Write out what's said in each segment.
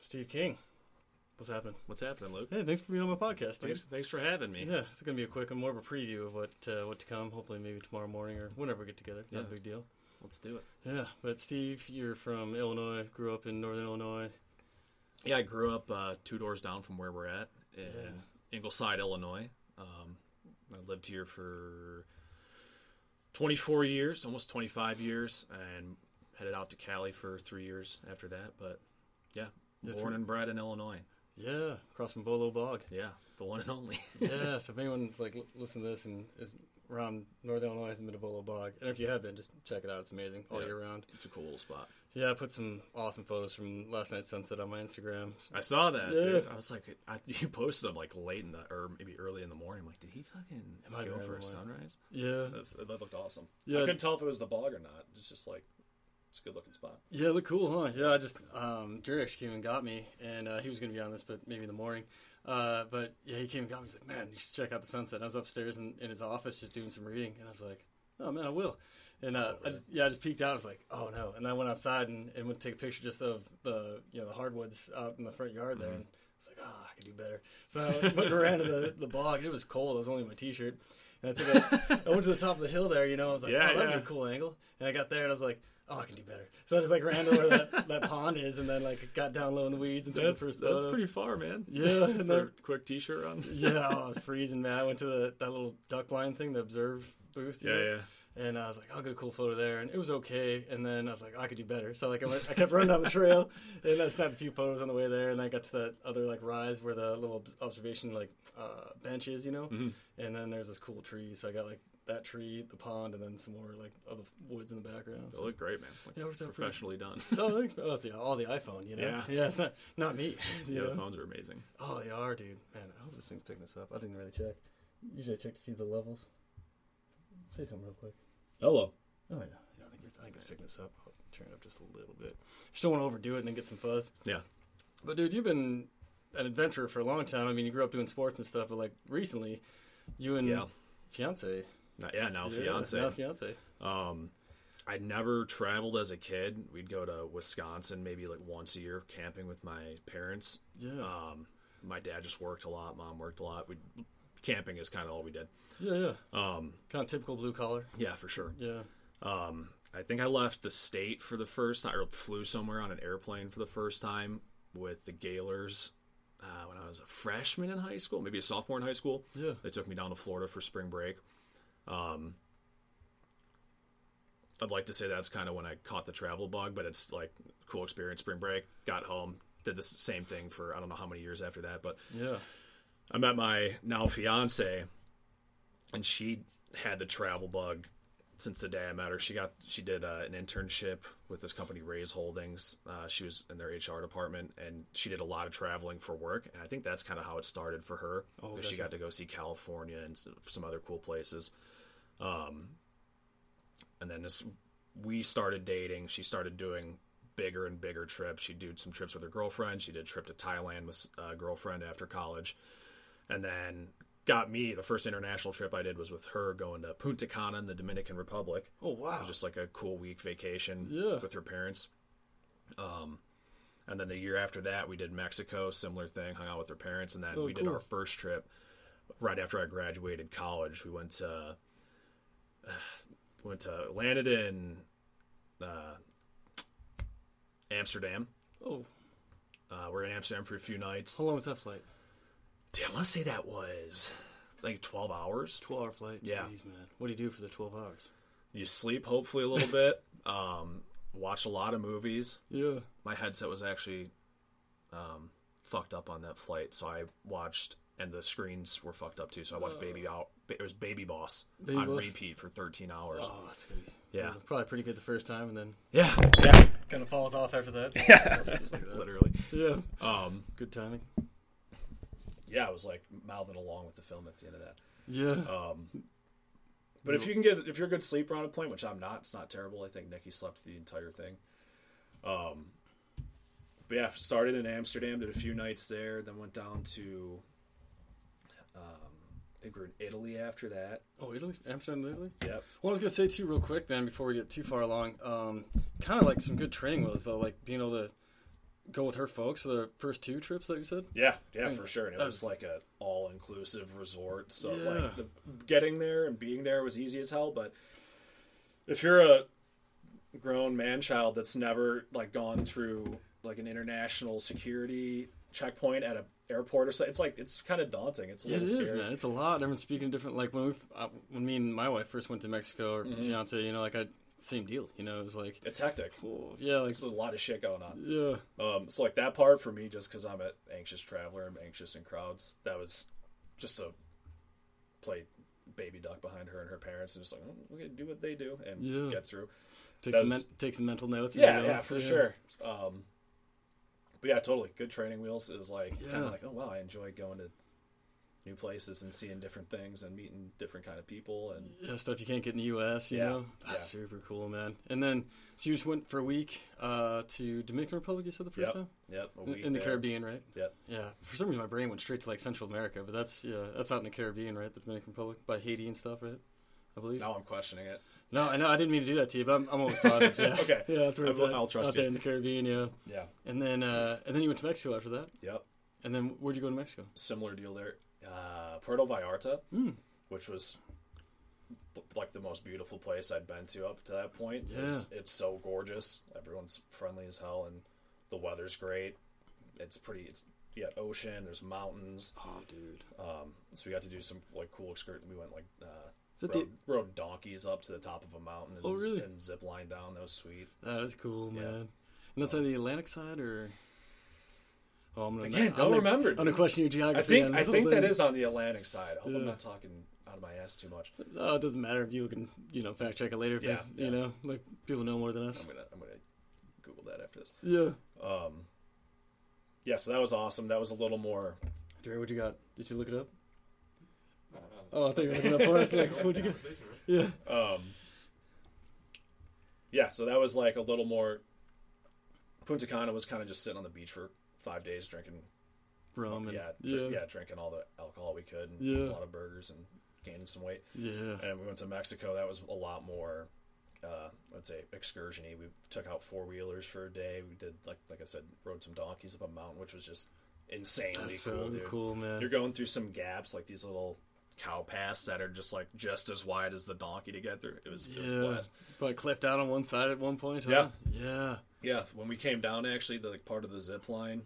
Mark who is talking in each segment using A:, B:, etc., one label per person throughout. A: Steve King. What's happening?
B: What's happening, Luke?
A: Hey, thanks for being on my podcast, dude.
B: Thanks, thanks for having me.
A: Yeah, it's gonna be a quick, more of a preview of what uh, what to come. Hopefully, maybe tomorrow morning or whenever we get together. Not
B: Yeah.
A: a big deal.
B: Let's do it.
A: Yeah, but Steve, you're from Illinois. Grew up in Northern Illinois.
B: Yeah, I grew up uh, two doors down from where we're at in
A: Yeah.
B: Ingleside, Illinois. Um, I lived here for 24 years, almost 25 years, and headed out to Cali for three years after that. But yeah,
A: Yeah,
B: born
A: three-
B: and bred in Illinois.
A: Yeah, across from Bolo Bog.
B: Yeah, the one and only.
A: yeah, so if anyone's like l- listen to this and is around Northern Illinois hasn't been to Bolo Bog, and if you have been, just check it out. It's amazing all
B: Yeah.
A: year round.
B: it's a cool little spot.
A: Yeah, I put some awesome photos from last night's sunset on my Instagram. So-
B: I saw that, dude.
A: Yeah.
B: I was like, I, you posted them like late in the, or maybe early in the morning. I'm like, did he fucking
A: might have
B: go
A: been
B: for
A: early
B: a
A: morning.
B: sunrise?
A: yeah,
B: That's, that looked awesome.
A: Yeah.
B: I couldn't tell if it was the bog or not. It's just like it's a good looking spot.
A: Yeah, look cool, huh? Yeah, I just um, Jared actually came and got me, and uh, he was going to be on this, but maybe in the morning. Uh, but yeah, he came and got me. He's like, "Man, you should check out the sunset." And I was upstairs in, in his office just doing some reading, and I was like, "Oh man, I will." And uh, I just yeah, I just peeked out. I was like, "Oh no!" And I went outside and, and went to take a picture just of the you know the hardwoods out in the front yard there.
B: Mm-hmm.
A: And I was like, "Oh, I could do better." So I went around to the the bog, and it was cold. I was only in my t-shirt. And I, took a, I went to the top of the hill there, you know. I was like,
B: Yeah,
A: "Oh, that'd be
B: yeah.
A: a cool angle." And I got there, and I was like, "Oh, I can do better." So I just like ran to where that, that pond is, and then like got down low in the weeds and took
B: That's
A: the first.
B: that's
A: photo.
B: pretty far, man.
A: Yeah, and
B: For a
A: then-
B: quick T-shirt on.
A: yeah, oh, I was freezing, man. I went to the that little duck blind thing, the observe booth. you
B: Yeah,
A: know?
B: yeah.
A: And I was like, I'll get a cool photo there, and it was okay. And then I was like, I could do better. So like I, went, I kept running down the trail, and I snapped a few photos on the way there, and I got to that other like rise where the little ob- observation like uh, bench is, you know.
B: Mm. Mm-hmm.
A: And then there's this cool tree, so I got like that tree, the pond, and then some more like other woods in the background.
B: It
A: So-
B: looked great, man. Like,
A: Yeah, it worked out pretty-
B: professionally done.
A: Oh, thanks. man. Oh, it's the, all the iPhone, you know.
B: Yeah.
A: it's not not me. you
B: yeah,
A: know?
B: the phones are amazing.
A: Oh, they are, dude. Man, I hope this thing's picking this up. I didn't really check. Usually I check to see the levels. Say something real quick.
B: Hello.
A: Oh, yeah. yeah I, think it's, I think it's picking this up. I'll turn it up just a little bit. Just don't want to overdo it and then get some fuzz.
B: Yeah.
A: But, dude, you've been an adventurer for a long time. I mean, you grew up doing sports and stuff, but, like, recently, you and
B: Yeah.
A: fiance.
B: Now- yeah. Now fiance.
A: Mm. Yeah, now fiance.
B: Um, I never traveled as a kid. We'd go to Wisconsin maybe like once a year camping with my parents.
A: Yeah.
B: Um, my dad just worked a lot. Mom worked a lot. We camping is kind of all we did.
A: yeah, yeah.
B: Um,
A: Kind of typical blue collar.
B: yeah, for sure.
A: Yeah.
B: Um, I think I left the state for the first time, or flew somewhere on an airplane for the first time with the Gaylors uh, when I was a freshman in high school, maybe a sophomore in high school.
A: Yeah.
B: They took me down to Florida for spring break. Um, I'd like to say that's kind of when I caught the travel bug, but it's like cool experience. Spring break, got home, did the s- same thing for I don't know how many years after that, but
A: Yeah.
B: I met my now fiance, and she had the travel bug since the day I met her. She got she did uh, an internship with this company Raise Holdings. Uh, she was in their HR department, and she did a lot of traveling for work. And I think that's kind of how it started for her
A: Oh,
B: because she
A: gotcha.
B: got to go see California and s- some other cool places. Um, and then as we started dating, she started doing bigger and bigger trips. She did some trips with her girlfriend. She did a trip to Thailand with a girlfriend after college and then got me the first international trip I did was with her going to Punta Cana in the Dominican Republic.
A: Oh,
B: It
A: wow.
B: was just like a cool week vacation
A: Yeah.
B: with her parents. Um, and then the year after that, we did Mexico, similar thing, hung out with her parents, and then
A: Oh,
B: we did
A: cool.
B: our first trip right after I graduated college. We went to went to landed in uh, Amsterdam.
A: Oh,
B: Uh, we're in Amsterdam for a few nights.
A: how long was that flight?
B: Dude, I want to say that was like twelve hours.
A: 12 hour flight.
B: Yeah.
A: Jeez, man. What do you do for the 12 hours?
B: you sleep hopefully a little bit um watch a lot of movies
A: Yeah.
B: my headset was actually um fucked up on that flight so i watched and the screens were fucked up too so i watched baby out it was baby boss
A: Uh. Baby
B: on
A: Boss?
B: repeat for 13 hours
A: Oh, that's gonna be
B: Yeah.
A: Probably pretty good the first time, and then
B: yeah yeah
A: kind of falls off after that. Just like that.
B: literally
A: Yeah,
B: um
A: good timing.
B: yeah i was like mouthing along with the film at the end of that
A: Yeah,
B: um but if you can get if you're a good sleeper on a plane which i'm not it's not terrible i think nikki slept the entire thing um but yeah started in amsterdam did a few nights there then went down to um i think we were in italy after that
A: Oh, Italy, Amsterdam, Italy.
B: yep
A: Well, I was gonna say too, real quick, man, before we get too far along, um, kind of like some good training wheels though, like being able to go with her folks for the first two trips that you said?
B: Yeah, yeah, for sure. And it
A: that
B: was like a all inclusive resort, so
A: Yeah.
B: like the, getting there and being there was easy as hell. But if you're a grown man child that's never like gone through like an international security checkpoint at a airport or something, it's like it's kind of daunting. It's a
A: It
B: little
A: is,
B: scary.
A: man. It's a lot. Everyone's speaking different. Like when we, uh, when me and my wife first went to Mexico or
B: Mm-hmm.
A: fiance, you know, like I same deal. You know, it was like,
B: It's hectic.
A: oh, yeah, like
B: There's a lot of shit going on.
A: yeah,
B: Um, so like that part for me, just because I'm an anxious traveler, I'm anxious in crowds. That was just a play baby duck behind her and her parents, and just like oh, we're gonna do what they do and
A: Yeah.
B: get through.
A: take some, men-
B: That's-
A: take some mental notes. and,
B: Yeah,
A: you know,
B: yeah, for sure. Um, but yeah, totally. Good training wheels is like kind
A: Yeah.
B: of like oh wow, I enjoy going to new places and seeing different things and meeting different kind of people and
A: Yeah, stuff you can't get in the U.S. You
B: Yeah,
A: know, that's super cool, man. And then so you just went for a week uh, to Dominican Republic. You said the first
B: yep,
A: time
B: yep, a
A: In-
B: week
A: in the
B: there.
A: Caribbean, right?
B: Yep.
A: Yeah. For some reason, my brain went straight to like Central America, but that's yeah, that's out in the Caribbean, right? The Dominican Republic by Haiti and stuff, right? I believe.
B: Now I'm questioning it.
A: No, I know I didn't mean to do that to you, but I'm, I'm almost positive. Yeah.
B: Okay.
A: Yeah, that's where it's
B: I'll-
A: at,
B: I'll trust
A: out
B: you.
A: there in the Caribbean. Yeah.
B: Yeah.
A: And then uh, and then you went to Mexico after that.
B: Yep.
A: And then where'd you go to Mexico?
B: similar deal there. Uh, Puerto Vallarta,
A: Hmm.
B: which was b- like the most beautiful place I'd been to up to that point. It was- it's so gorgeous. Everyone's friendly as hell, and the weather's great. It's pretty. It's yeah, ocean. There's mountains.
A: Oh, dude.
B: Um, so we got to do some like cool excursions. We went like uh,
A: that
B: rode, rode donkeys up to the top of a mountain. And,
A: Oh, really?
B: And zip line down. That was sweet.
A: That is cool, man. And that's on the Atlantic side, or oh, I'm gonna
B: Again,
A: I'm
B: don't
A: gonna-
B: remember,
A: I'm gonna
B: dude.
A: question your geography.
B: I think
A: on
B: I
A: this whole
B: think that
A: thing.
B: is on the Atlantic side. I hope I'm not talking out of my ass too much.
A: Oh, it doesn't matter if you can, you know, fact check it later. If
B: Yeah,
A: they, you
B: yeah.
A: know, like people know more than us.
B: I'm gonna I'm gonna Google that after this.
A: Yeah.
B: Um, yeah, so that was awesome. That was a little more.
A: Jerry, what you got? Did you look it up? Oh, I thought you were looking up for us. Like, what you got? Yeah.
B: Um, yeah, so that was like a little more. Punta Cana was kind of just sitting on the beach for five days, drinking.
A: Rome and
B: Yeah,
A: yeah,
B: dr- yeah, drinking all the alcohol we could, and
A: Yeah.
B: a lot of burgers, and gaining some weight.
A: yeah.
B: And we went to Mexico. That was a lot more. Uh, I'd say excursiony. We took out four wheelers for a day. We did like like I said, rode some donkeys up a mountain, which was just insanely
A: That's
B: cool,
A: so
B: dude.
A: cool, man.
B: you're going through some gaps like these little cow paths that are just like just as wide as the donkey to get through it was it was a
A: Yeah,
B: blast
A: but cleft out on one side at one point. Huh?
B: Yeah.
A: yeah,
B: yeah when we came down actually the like, part of the zip line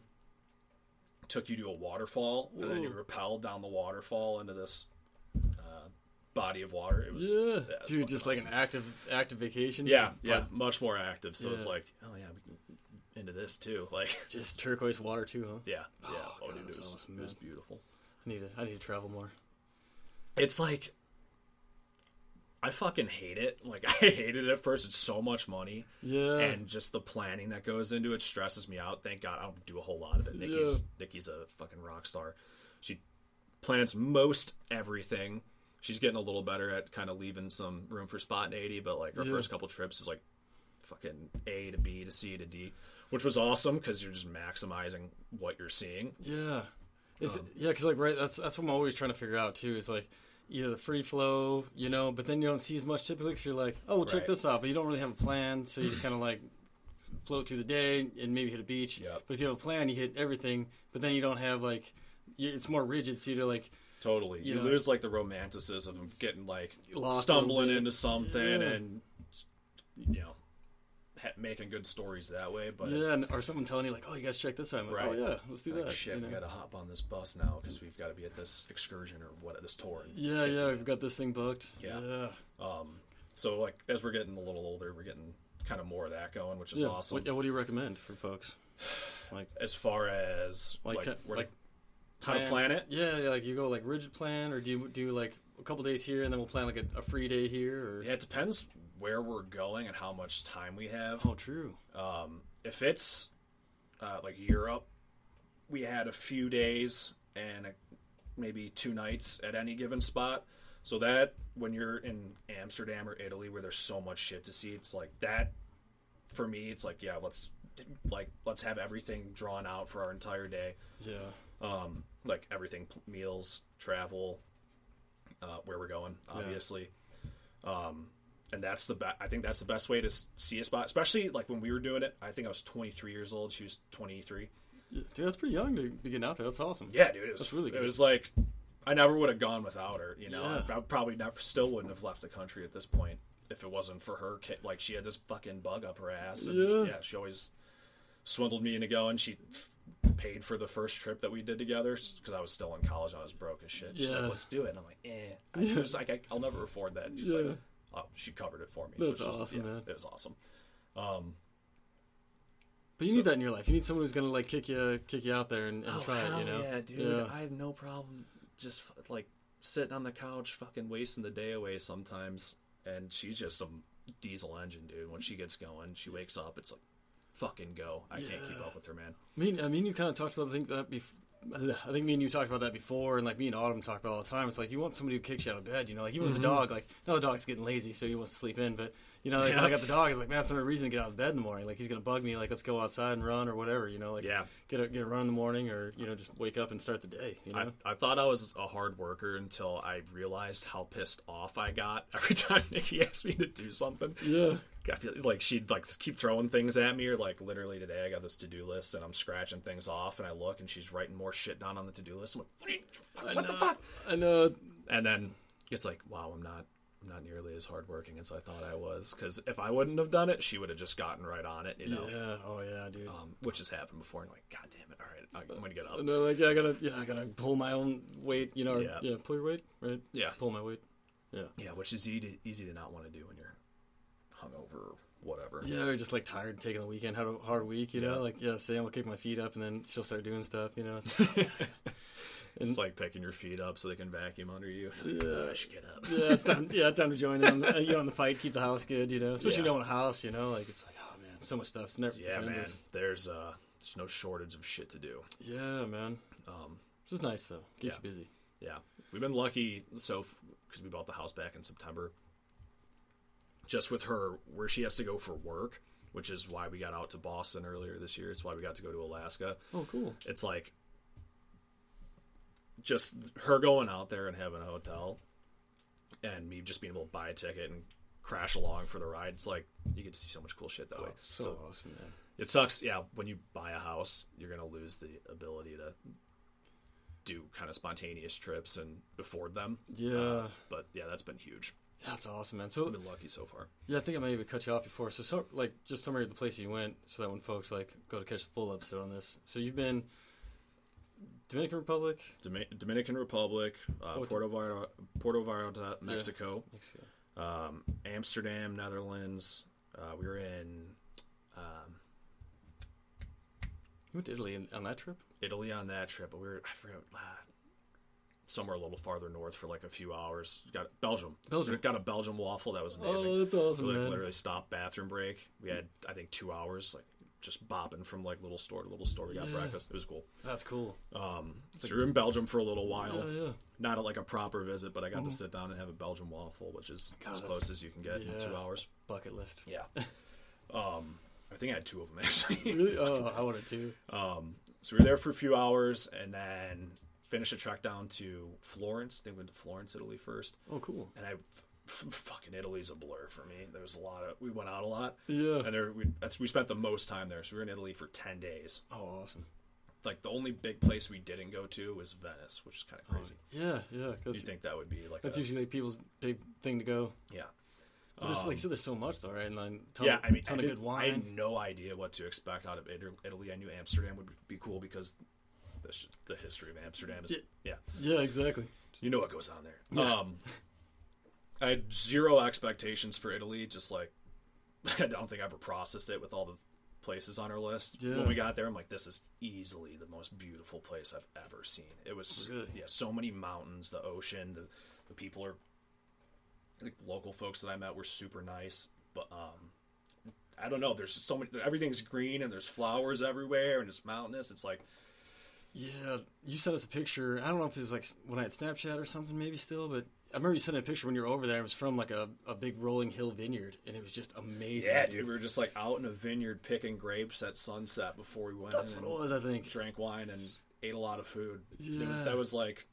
B: took you to a waterfall and then you
A: Whoa.
B: rappelled down the waterfall into this uh, body of water it was
A: yeah,
B: it was
A: dude,
B: fucking
A: just like
B: awesome.
A: an active, active vacation.
B: yeah
A: Just,
B: yeah
A: like,
B: much more active so it's
A: Yeah.
B: like oh yeah we can into this too like
A: just turquoise water too, huh?
B: yeah yeah
A: Oh, God,
B: dude, it
A: that's
B: was,
A: awesome,
B: it was
A: man.
B: beautiful
A: I need to, I need to travel more.
B: it's like I fucking hate it. Like I hated it at first. It's so much money,
A: Yeah,
B: and just the planning that goes into it stresses me out. Thank God I don't do a whole lot of it. Nikki's Nikki's a fucking rock star. She plans most everything. She's getting a little better at kind of leaving some room for spontaneity, but like her
A: Yeah.
B: first couple trips is like fucking A to B to C to D, which was awesome because you're just maximizing what you're seeing.
A: yeah, it's yeah, because like right, that's that's what I'm always trying to figure out too. Is like either the free flow, you know, but then you don't see as much typically because you're like, oh, well, check
B: Right.
A: this out, but you don't really have a plan, so you just kind of like float through the day and maybe hit a beach.
B: Yep.
A: But if you have a plan, you hit everything, but then you don't have like, you, it's more rigid, so you're like.
B: Totally. You,
A: know?
B: lose like the romanticism of getting like
A: Lost a
B: stumbling
A: little bit.
B: into something
A: Yeah.
B: and you know ha- making good stories that way. But
A: Yeah,
B: it's
A: and, or someone telling you like, "Oh, you guys check this out." I'm like,
B: Right.
A: Oh yeah, let's do
B: like
A: that.
B: shit.
A: you
B: We
A: know?
B: gotta hop on this bus now because we've got to be at this excursion or what this tour. in
A: Yeah,
B: 15
A: yeah, we've
B: minutes.
A: got this thing booked.
B: Yeah. Um, so like as we're getting a little older, we're getting kind of more of that going, which is
A: yeah.
B: awesome.
A: What, yeah, what do you recommend for folks? Like,
B: as far as
A: Like,
B: like,
A: uh,
B: where
A: like,
B: to, how to plan it,
A: Yeah, yeah, like you go like rigid plan, or do you do like a couple days here, and then we'll plan like a, a free day here? Or
B: yeah, it depends where we're going and how much time we have.
A: oh, true.
B: Um, if it's uh, like Europe, we had a few days and maybe two nights at any given spot. So that when you're in Amsterdam or Italy, where there's so much shit to see, it's like that. For me, it's like yeah, let's like let's have everything drawn out for our entire day.
A: Yeah,
B: Um, like everything, p- meals, travel, uh, where we're going, obviously. Um, and that's the best. I think that's the best way to s- see a spot, especially like when we were doing it. I think I was 23 years old. She was 23.
A: Yeah, dude, that's pretty young to be getting out there. That's awesome.
B: Yeah, dude, it was
A: That's really good.
B: It was like I never would have gone without her. You know,
A: Yeah.
B: I, I probably never still wouldn't have left the country at this point if it wasn't for her. ki- Like she had this fucking bug up her ass. And,
A: Yeah.
B: yeah, she always swindled me into going. She f- paid for the first trip that we did together because I was still in college. and I was broke as shit. She's
A: Yeah.
B: like, "Let's do it." And I'm like, "Eh." I it was like, I, "I'll never afford that." And she's
A: Yeah.
B: like, "Oh, she covered it for me."
A: That's
B: which was-
A: awesome, man.
B: It was awesome. Um,
A: But you
B: So-
A: need that in your life. You need someone who's gonna like kick you, kick you out there and, and
B: Oh,
A: try it.
B: hell
A: You know?
B: Yeah, dude.
A: Yeah.
B: I have no problem just f- like sitting on the couch, fucking wasting the day away sometimes. And she's just some diesel engine, dude. When she gets going, she wakes up. It's like, fucking go. I can't keep
A: Yeah.
B: up with her, man.
A: I mean, I mean, uh, you kind of talked about the thing that before. I think me and you talked about that before, and like me and Autumn talk about it all the time. It's like you want somebody who kicks you out of bed, you know, like even with the
B: Mm-hmm.
A: dog. Like now the dog's getting lazy, so he wants to sleep in. But you know, like when I
B: Yeah.
A: got the dog, it's like man, that's another reason to get out of bed in the morning. Like he's gonna bug me, like let's go outside and run or whatever. You know, like
B: Yeah.
A: get a, get a run in the morning, or you know, just wake up and start the day. You know,
B: I, I thought I was a hard worker until I realized how pissed off I got every time Nikki asked me to do something.
A: yeah,
B: I feel like she'd like keep throwing things at me, or like literally today I got this to do list and I'm scratching things off, and I look and she's writing more shit down on the to do list. I'm like, what, are you, what the fuck?
A: I know.
B: and then it's like wow i'm not i'm not nearly as hardworking as i thought i was because if i wouldn't have done it she would have just gotten right on it you know
A: Yeah, oh yeah, dude.
B: um, which has happened before and like god damn it all right i'm gonna get up
A: Uh, And then like yeah, I gotta yeah, I gotta pull my own weight. You know, or- yeah,
B: Yeah.
A: pull your weight, right?
B: yeah
A: Pull my weight. Yeah.
B: yeah which is easy easy to not want to do when you're hungover or whatever
A: Yeah, or just like tired taking the weekend, had a hard week, you
B: Yeah.
A: know. Like yeah, Sam will kick my feet up, and then she'll start doing stuff, you know. It's like,
B: it's like picking your feet up so they can vacuum under you yeah. i should get up
A: yeah, it's time. Yeah, time to join them. Uh, You know, in the fight, keep the house good, you know. Especially
B: Yeah.
A: you know in a house, you know, like it's like oh man, so much stuff. It's never it's
B: yeah man
A: endless.
B: there's uh there's no shortage of shit to do
A: Yeah, man.
B: um
A: It's just nice though. Keeps
B: Yeah.
A: you busy.
B: Yeah, we've been lucky so because we bought the house back in September. Just with her, where she has to go for work, which is why we got out to Boston earlier this year. It's why we got to go to Alaska.
A: Oh, cool.
B: It's like just her going out there and having a hotel, and me just being able to buy a ticket and crash along for the ride. It's like you get to see so much cool shit that way.
A: so,
B: so
A: awesome, man.
B: it sucks. Yeah, when you buy a house, you're gonna lose the ability to do kind of spontaneous trips and afford them. Uh,
A: Yeah,
B: But yeah, that's been huge.
A: that's awesome, man. So
B: I've been lucky so far.
A: Yeah, I think I might even cut you off before. So, so like, just summary of the place you went, so that when folks like go to catch the full episode on this. So you've been Dominican Republic,
B: Domi- Dominican Republic, uh,
A: Oh,
B: Puerto Vallarta, Puerto Vallarta, Mexico,
A: Mexico.
B: um, Amsterdam, Netherlands. Uh, we were in um,
A: You went to Italy in, on that trip.
B: Italy on that trip, but we were I forgot uh, somewhere a little farther north for like a few hours. Got Belgium,
A: Belgium.
B: got a Belgium waffle that was amazing.
A: Oh, that's awesome,
B: We like
A: man.
B: literally stopped bathroom break. We had I think two hours like just bopping from like little store to little store. We got
A: Yeah.
B: breakfast. It was cool.
A: That's cool. Oh,
B: Um, so we were in Belgium for a little while.
A: Yeah, yeah.
B: Not like a proper visit, but I got to sit down and have a Belgian waffle, which is
A: God,
B: as
A: that's-
B: close as you can get in two
A: Yeah.
B: hours.
A: Bucket list.
B: Yeah. um, I think I had two of them actually.
A: Really? Oh, I wanted to.
B: Um, so we were there for a few hours and then finished a trek down to Florence. They went to Florence, Italy first,
A: Oh, cool.
B: and I f- f- fucking Italy's a blur for me. There was a lot of we went out a lot,
A: Yeah.
B: and there we that's, we spent the most time there. So we were in Italy for ten days.
A: Oh, awesome.
B: Like the only big place we didn't go to was Venice, which is kind of crazy.
A: Yeah, yeah.
B: you
A: Cause
B: think that would be
A: Oh,
B: like
A: that's
B: a,
A: usually like, people's big thing to go.
B: yeah
A: But there's, like
B: Um,
A: you said, there's so much though, right? And then ton,
B: yeah i mean
A: ton
B: I
A: of
B: did-
A: good
B: I had
A: wine.
B: no idea what to expect out of Iter- italy i knew amsterdam would be cool because the, sh- the history of amsterdam is
A: Yeah.
B: yeah.
A: yeah, exactly.
B: you know what goes on there um i had zero expectations for italy just like i don't think i ever processed it with all the places on our list
A: Yeah.
B: when we got there i'm like this is easily the most beautiful place i've ever seen it was
A: Really?
B: yeah so many mountains the ocean the, the people are the local folks that I met were super nice, but um, I don't know. There's just so many. Everything's green and there's flowers everywhere and it's mountainous. It's like
A: Yeah, you sent us a picture. I don't know if it was like when I had Snapchat or something, maybe still, but I remember you sent a picture when you were over there. It was from like a, a big rolling hill vineyard, and it was just amazing.
B: yeah, dude. We were just like out in a vineyard picking grapes at sunset before we went.
A: That's
B: and
A: what it was, I think.
B: Drank wine and ate a lot of food. It was-
A: Yeah.
B: that was like,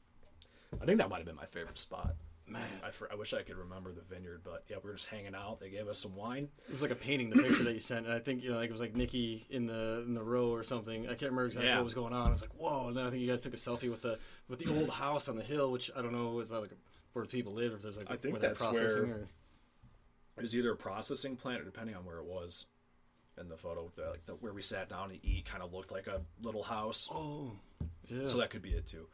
B: I think that might have been my favorite spot.
A: Man.
B: I, fr- I wish I could remember the vineyard, but yeah, we were just hanging out. They gave us some wine.
A: It was like a painting, the picture that you sent, and I think you know, like it was like Nikki in the in the row or something. I can't remember exactly
B: Yeah.
A: what was going on. I was like, whoa! And then I think you guys took a selfie with the with the old house on the hill, which I don't know is that like where people live, or if there's like
B: I think
A: where they're
B: that's
A: processing.
B: where-
A: Or...
B: It was either a processing plant or depending on where it was. In the photo, the, like the, where we sat down and eat, kind of looked like a little house.
A: Oh, yeah.
B: So that could be it too.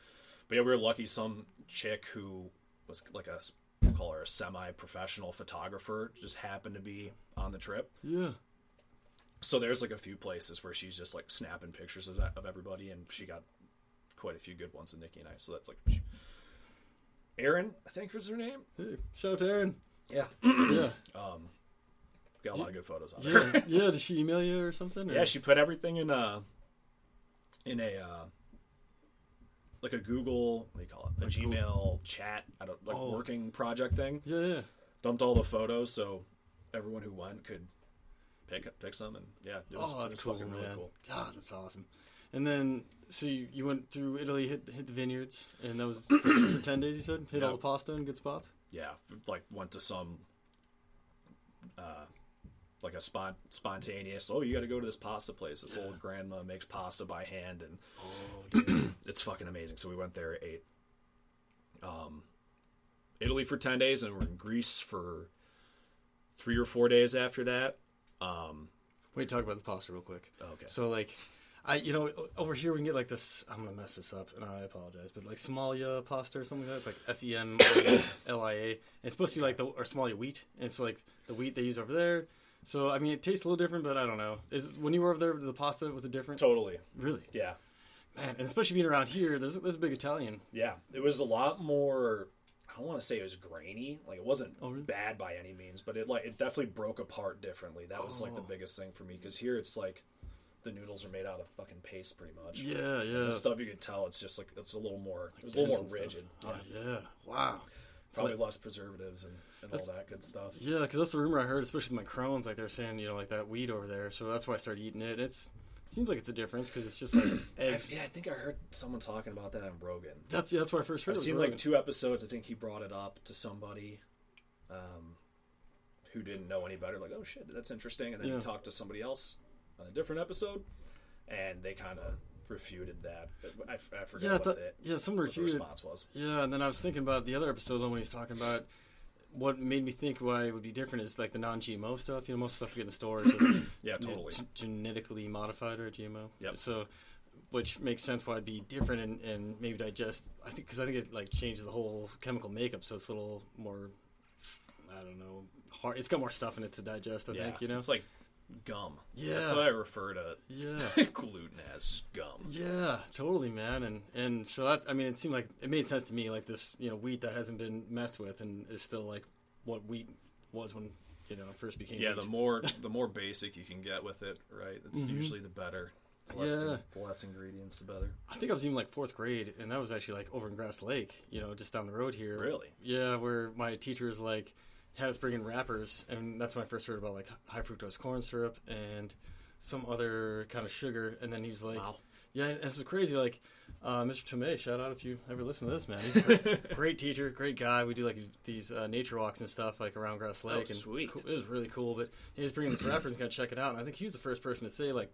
B: But yeah, we were lucky. Some chick who was like a we'll call her a semi-professional photographer just happened to be on the trip.
A: yeah.
B: So there's like a few places where she's just like snapping pictures of that, of everybody, and she got quite a few good ones of Nikki and I. So that's like, Erin, I think was her name.
A: Hey, shout out to Aaron.
B: Yeah,
A: yeah.
B: got a lot of good photos on there.
A: Yeah. Yeah. Did she email you or something? Or...
B: Yeah, she put everything in a in a uh, like a Google what do you call it a Gmail chat I don't like
A: Oh.
B: working project thing.
A: Yeah. Yeah.
B: Dumped all the photos so everyone who went could pick pick some and yeah, it was,
A: Oh,
B: it
A: that's
B: was
A: cool,
B: fucking
A: man.
B: really cool.
A: God, that's awesome. And then, so you, you went through Italy, hit hit the vineyards, and that was for, for ten days. You said hit all
B: Yeah.
A: the pasta in good spots.
B: Yeah, like went to some uh like a spot spontaneous. Oh, you got to go to this pasta place. This old grandma makes pasta by hand and
A: Oh,
B: it's fucking amazing. So we went there, ate um, Italy for ten days, and we're in Greece for three or four days after that. Um,
A: wait, talk about the pasta real quick.
B: Oh, okay,
A: So like, I you know o- over here we can get like this. I'm gonna mess this up, and I apologize, but like Somalia pasta or something like that. It's like S E M L I A. And It's supposed to be like the or Somalia wheat, and it's like the wheat they use over there. So I mean, it tastes a little different, but I don't know. Is when you were over there, the pasta was it different?
B: totally,
A: Really,
B: yeah,
A: man, and especially being around here, there's there's a big Italian.
B: yeah. It was a lot more. I don't want to say it was grainy. Like it wasn't
A: Oh, really?
B: bad by any means, but it like it definitely broke apart differently. That was like the
A: Oh.
B: biggest thing for me because here it's like the noodles are made out of fucking paste pretty much.
A: Yeah, yeah.
B: The stuff you could tell it's just like it's a little more. It was a little more
A: Dense and
B: rigid.
A: stuff. Oh, yeah. Wow.
B: Probably less preservatives and, and all that good stuff.
A: Yeah, because that's the rumor I heard, especially with my Crohn's. Like they're saying, you know, like that weed over there. So that's why I started eating it. It's it seems like it's a difference because it's just like
B: I,
A: eggs.
B: yeah, I think I heard someone talking about that on Rogan.
A: That's yeah, that's where I first heard.
B: I've
A: it was
B: seen
A: Rogan.
B: like two episodes. I think he brought it up to somebody um, who didn't know any better. Like, oh shit, that's interesting. And then
A: Yeah.
B: he talked to somebody else on a different episode, and they kind of refuted that. But I, f- I forget
A: yeah, I
B: what,
A: thought,
B: the,
A: yeah, some
B: what the
A: refuted.
B: response was.
A: Yeah, and then I was thinking about the other episode though when he's talking about what made me think why it would be different is like the non-GMO stuff. You know, most stuff we get in the store is just
B: Yeah, totally.
A: gen- genetically modified or GMO.
B: Yep.
A: So, which makes sense why it'd be different and, and maybe digest. I think because I think it like changes the whole chemical makeup, so it's a little more. I don't know. Hard. It's got more stuff in it to digest. I
B: Yeah,
A: think you know.
B: it's like gum. that's
A: Yeah.
B: what I refer to
A: yeah.
B: gluten as gum.
A: Yeah, totally, man. And and so that I mean, it seemed like it made sense to me, like this you know wheat that hasn't been messed with and is still like what wheat was when you know it first became.
B: Yeah,
A: wheat.
B: the more the more basic you can get with it, right? It's usually the better. The less,
A: Mm-hmm. Yeah.
B: the less ingredients, the better.
A: I think I was even like fourth grade, and that was actually like over in Grass Lake, you know, just down the road here.
B: Really?
A: Yeah, where my teacher was like had us bring in wrappers, and that's when I first heard about like high fructose corn syrup and some other kind of sugar, and then he's like.
B: Wow.
A: Yeah, and this is crazy. Like, uh, Mr. Tomei, shout out if you ever listen to this, man. He's a great, great teacher, great guy. We do like these uh, nature walks and stuff, like around Grass Lake. and
B: Oh, sweet.
A: cool- It was really cool. But he was bringing this wrapper and going to check it out. And I think he was the first person to say, like,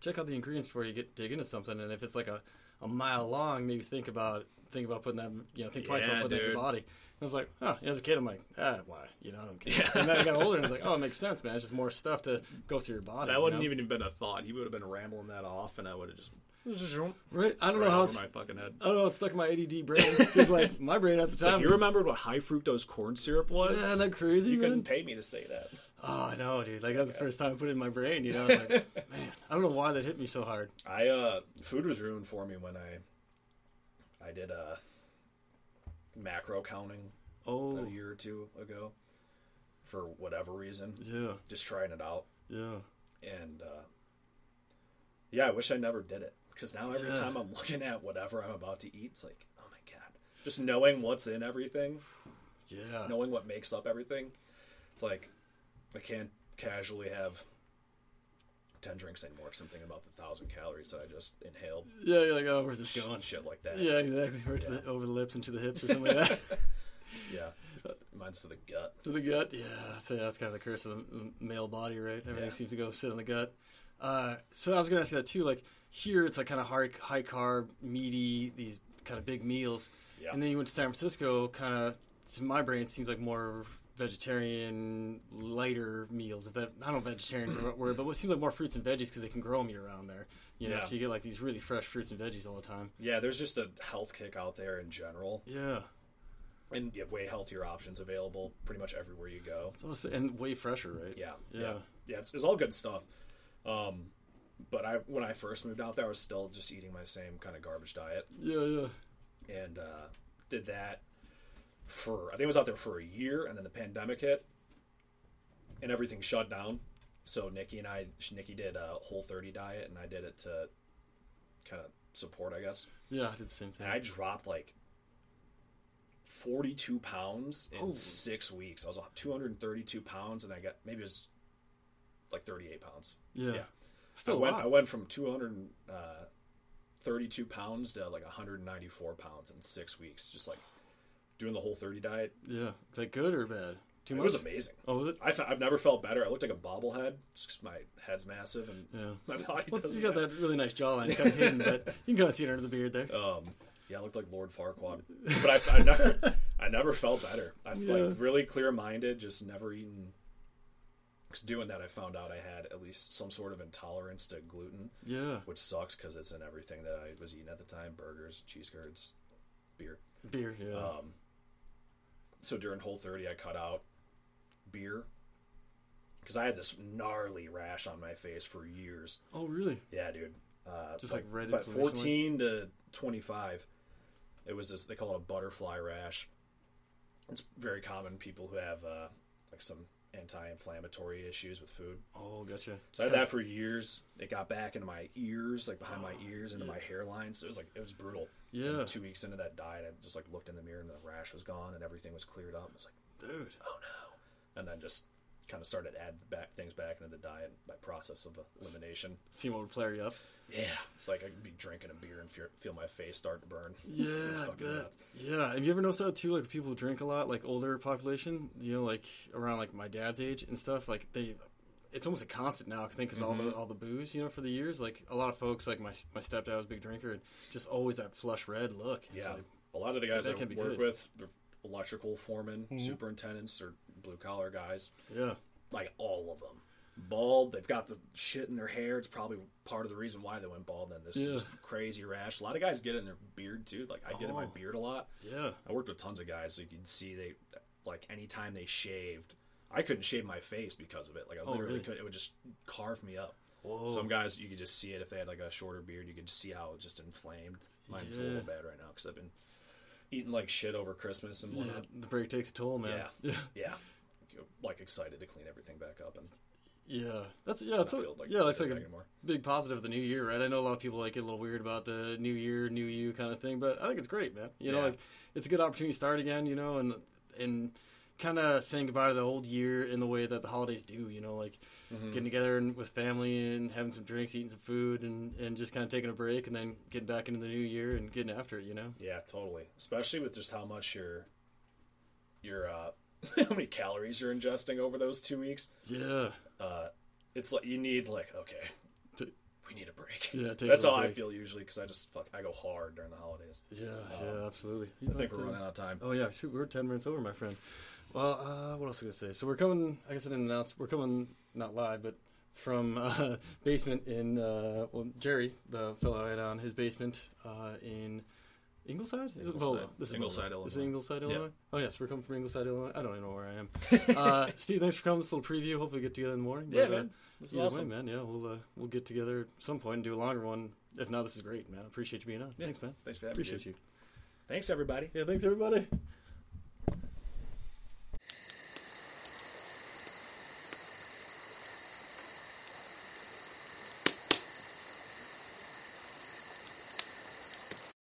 A: check out the ingredients before you get dig into something. And if it's like a, a mile long, maybe think about think about putting that, you know, think twice
B: Yeah,
A: about putting that in
B: dude.
A: your body. And I was like, huh. And as a kid, I'm like, ah, why? You know, I don't care.
B: Yeah.
A: And then I got older and I was like, oh, it makes sense, man. It's just more stuff to go through your body.
B: That
A: you
B: wouldn't
A: know?
B: even have been a thought. He would have been rambling that off, and I would have just right
A: Right? I don't know how
B: over
A: it's.
B: my fucking head.
A: I don't know. It's stuck in my ADD brain because, like, my brain at the
B: It's like,
A: time.
B: you remembered what high fructose corn syrup was?
A: yeah, that crazy,
B: you couldn't
A: man.
B: pay me to say that.
A: Oh, I know, dude. Like that's the first time I put it in my brain. You know, I was like, man, I don't know why that hit me so hard.
B: I uh, food was ruined for me when I, I did uh, macro counting
A: Oh,
B: a year or two ago, for whatever reason,
A: yeah,
B: just trying it out,
A: yeah.
B: and uh, yeah, I wish I never did it because now every
A: Yeah.
B: time I'm looking at whatever I'm about to eat, it's like, oh my god, just knowing what's in everything.
A: Yeah.
B: knowing what makes up everything, it's like I can't casually have ten drinks anymore. 'cause I'm thinking about the thousand calories that I just inhaled,
A: Yeah, you're like, oh, where's this going?
B: shit like that.
A: Yeah, exactly. Right to the, over the lips and to the hips or something like that.
B: yeah, mine's to the gut.
A: To the gut, yeah. So yeah, that's kind of the curse of the, the male body, right? Everything
B: Yeah.
A: seems to go sit on the gut. Uh, so I was gonna ask you that too. Like here, it's like kind of hard, high carb, meaty, these kind of big meals.
B: Yeah.
A: And then you went to San Francisco, kind of. To my brain, it seems like more vegetarian, lighter meals. If that, I don't know, if vegetarian's the right word, but it seems like more fruits and veggies because they can grow them year round there. You know,
B: Yeah.
A: so you get like these really fresh fruits and veggies all the time.
B: Yeah, there's just a health kick out there in general,
A: Yeah.
B: and you have way healthier options available pretty much everywhere you go.
A: So it's- and way fresher, right?
B: Yeah,
A: Yeah.
B: yeah, yeah. it's, it's all good stuff. Um, but I when I first moved out there, I was still just eating my same kind of garbage diet,
A: Yeah, yeah.
B: and uh, did that for I think I was out there for a year, and then the pandemic hit, and everything shut down. So Nikki and I, Nikki did a Whole 30 diet, and I did it to kind of support, I guess.
A: Yeah, I did the same thing.
B: and I dropped like 42 pounds in
A: Holy.
B: six weeks. I was up 232 pounds, and I got maybe it was like 38 pounds.
A: yeah.
B: yeah. I
A: Still a
B: went,
A: lot.
B: I went from 232 uh, pounds to like 194 pounds in six weeks, just like doing the whole 30 diet.
A: Yeah, is that good or bad? Too
B: It
A: much.
B: was amazing.
A: oh, was it?
B: I fe- I've never felt better. I looked like a bobblehead. It's just my head's massive and
A: Yeah.
B: my body
A: Well,
B: doesn't.
A: you got that really nice jawline. It's kind of hidden, but you can kind of see it under the beard there.
B: Um, yeah, I looked like Lord Farquaad, but I, I never, I never felt better. I feel
A: Yeah.
B: like really clear minded, just never eaten. 'Cause doing that, I found out I had at least some sort of intolerance to gluten,
A: Yeah,
B: which sucks because it's in everything that I was eating at the time: burgers, cheese curds, beer.
A: beer. Yeah,
B: Um, so during Whole 30, I cut out beer because I had this gnarly rash on my face for years.
A: oh really?
B: Yeah, dude. Uh,
A: Just, like, red
B: But
A: inflammation
B: fourteen to twenty-five, it was this. They call it a butterfly rash. It's very common. People who have uh, like some anti-inflammatory issues with food.
A: Oh, gotcha. Just
B: uh, So I had
A: kinda-
B: that for years. It got back into my ears, like behind my ears, into my hairline. So it was like it was brutal.
A: Yeah.
B: And two weeks into that diet, I just like looked in the mirror and the rash was gone and everything was cleared up. I was like,
A: dude.
B: oh no, and then just kind of started to add back things back into the diet by process of elimination.
A: See what would flare you up.
B: Yeah, it's like I could be drinking a beer and feel, feel my face start to burn. It's
A: Yeah, I
B: fucking
A: bet.
B: nuts.
A: Yeah, have you ever noticed that too? Like people who drink a lot, like older population, you know, like around like my dad's age and stuff. Like they, it's almost a constant now. 'cause I think because all the
B: Mm-hmm.
A: all the booze, you know, for the years. Like a lot of folks, like my my stepdad was a big drinker, and just always that flush red look. It's
B: Yeah,
A: like,
B: a lot of the guys
A: that
B: that I
A: can be
B: work
A: good.
B: with, they're electrical foremen, superintendents, or blue collar guys.
A: yeah.
B: Like all of them, bald. They've got the shit in their hair. It's probably part of the reason why they went bald. Then this
A: Yeah.
B: is just crazy rash. A lot of guys get it in their beard too. Like I get it in my
A: Oh.
B: beard a lot.
A: Yeah.
B: I worked with tons of guys. So you can see they like anytime they shaved. I couldn't shave my face because of it. Like I literally
A: Oh, really? Oh.
B: could. It would just carve me up.
A: Whoa.
B: Some guys, you could just see it if they had like a shorter beard. You could just see how it just inflamed. Mine's a
A: Yeah.
B: little bad right now because I've been eating like shit over Christmas and
A: yeah,
B: whatnot.
A: the break takes a toll, man.
B: Yeah.
A: Yeah.
B: Yeah. Like excited to clean everything back up and
A: Yeah, that's yeah, that's
B: not
A: what,
B: feel like
A: yeah, that's
B: shit
A: like a
B: anymore.
A: big positive of the new year, right? I know a lot of people like get a little weird about the new year, new you kind of thing, but I think it's great, man. You know,
B: Yeah.
A: like it's a good opportunity to start again, you know, and and kind of saying goodbye to the old year in the way that the holidays do, you know, like getting together and with family and having some drinks, eating some food, and and just kind of taking a break, and then getting back into the new year and getting after it, you know.
B: Yeah, totally. Especially with just how much your your uh how many calories you're ingesting over those two weeks.
A: Yeah,
B: Uh it's like you need like okay,
A: T-
B: we need a break.
A: Yeah, take a
B: that's how
A: little
B: I
A: break.
B: feel usually because I just fuck I go hard during the holidays. Um,
A: yeah, yeah, absolutely.
B: I think we're running out of time.
A: Oh yeah, shoot, we're ten minutes over, my friend. Well, uh, what else was I gonna say? So we're coming. I guess I didn't announce. We're coming not live, but from uh, basement in uh, well, Jerry, the fellow I had on his basement uh, in Ingleside. Is it Boulder?
B: Ingleside.
A: This is
B: Ingleside,
A: Boulder. This is
B: Illinois.
A: Ingleside,
B: Yeah.
A: Illinois. Oh yes, we're coming from Ingleside, Illinois. I don't even know where I am. uh, Steve, thanks for coming. This little preview. Hopefully, we get together in the morning.
B: Yeah,
A: But, uh,
B: man. This is
A: either
B: awesome.
A: way, man. Yeah, we'll uh, we'll get together at some point and do a longer one. If not, this is great, man. I appreciate you being on. Thanks, man.
B: Thanks for having me.
A: Appreciate
B: dude.
A: you.
B: Thanks everybody.
A: Yeah, thanks everybody.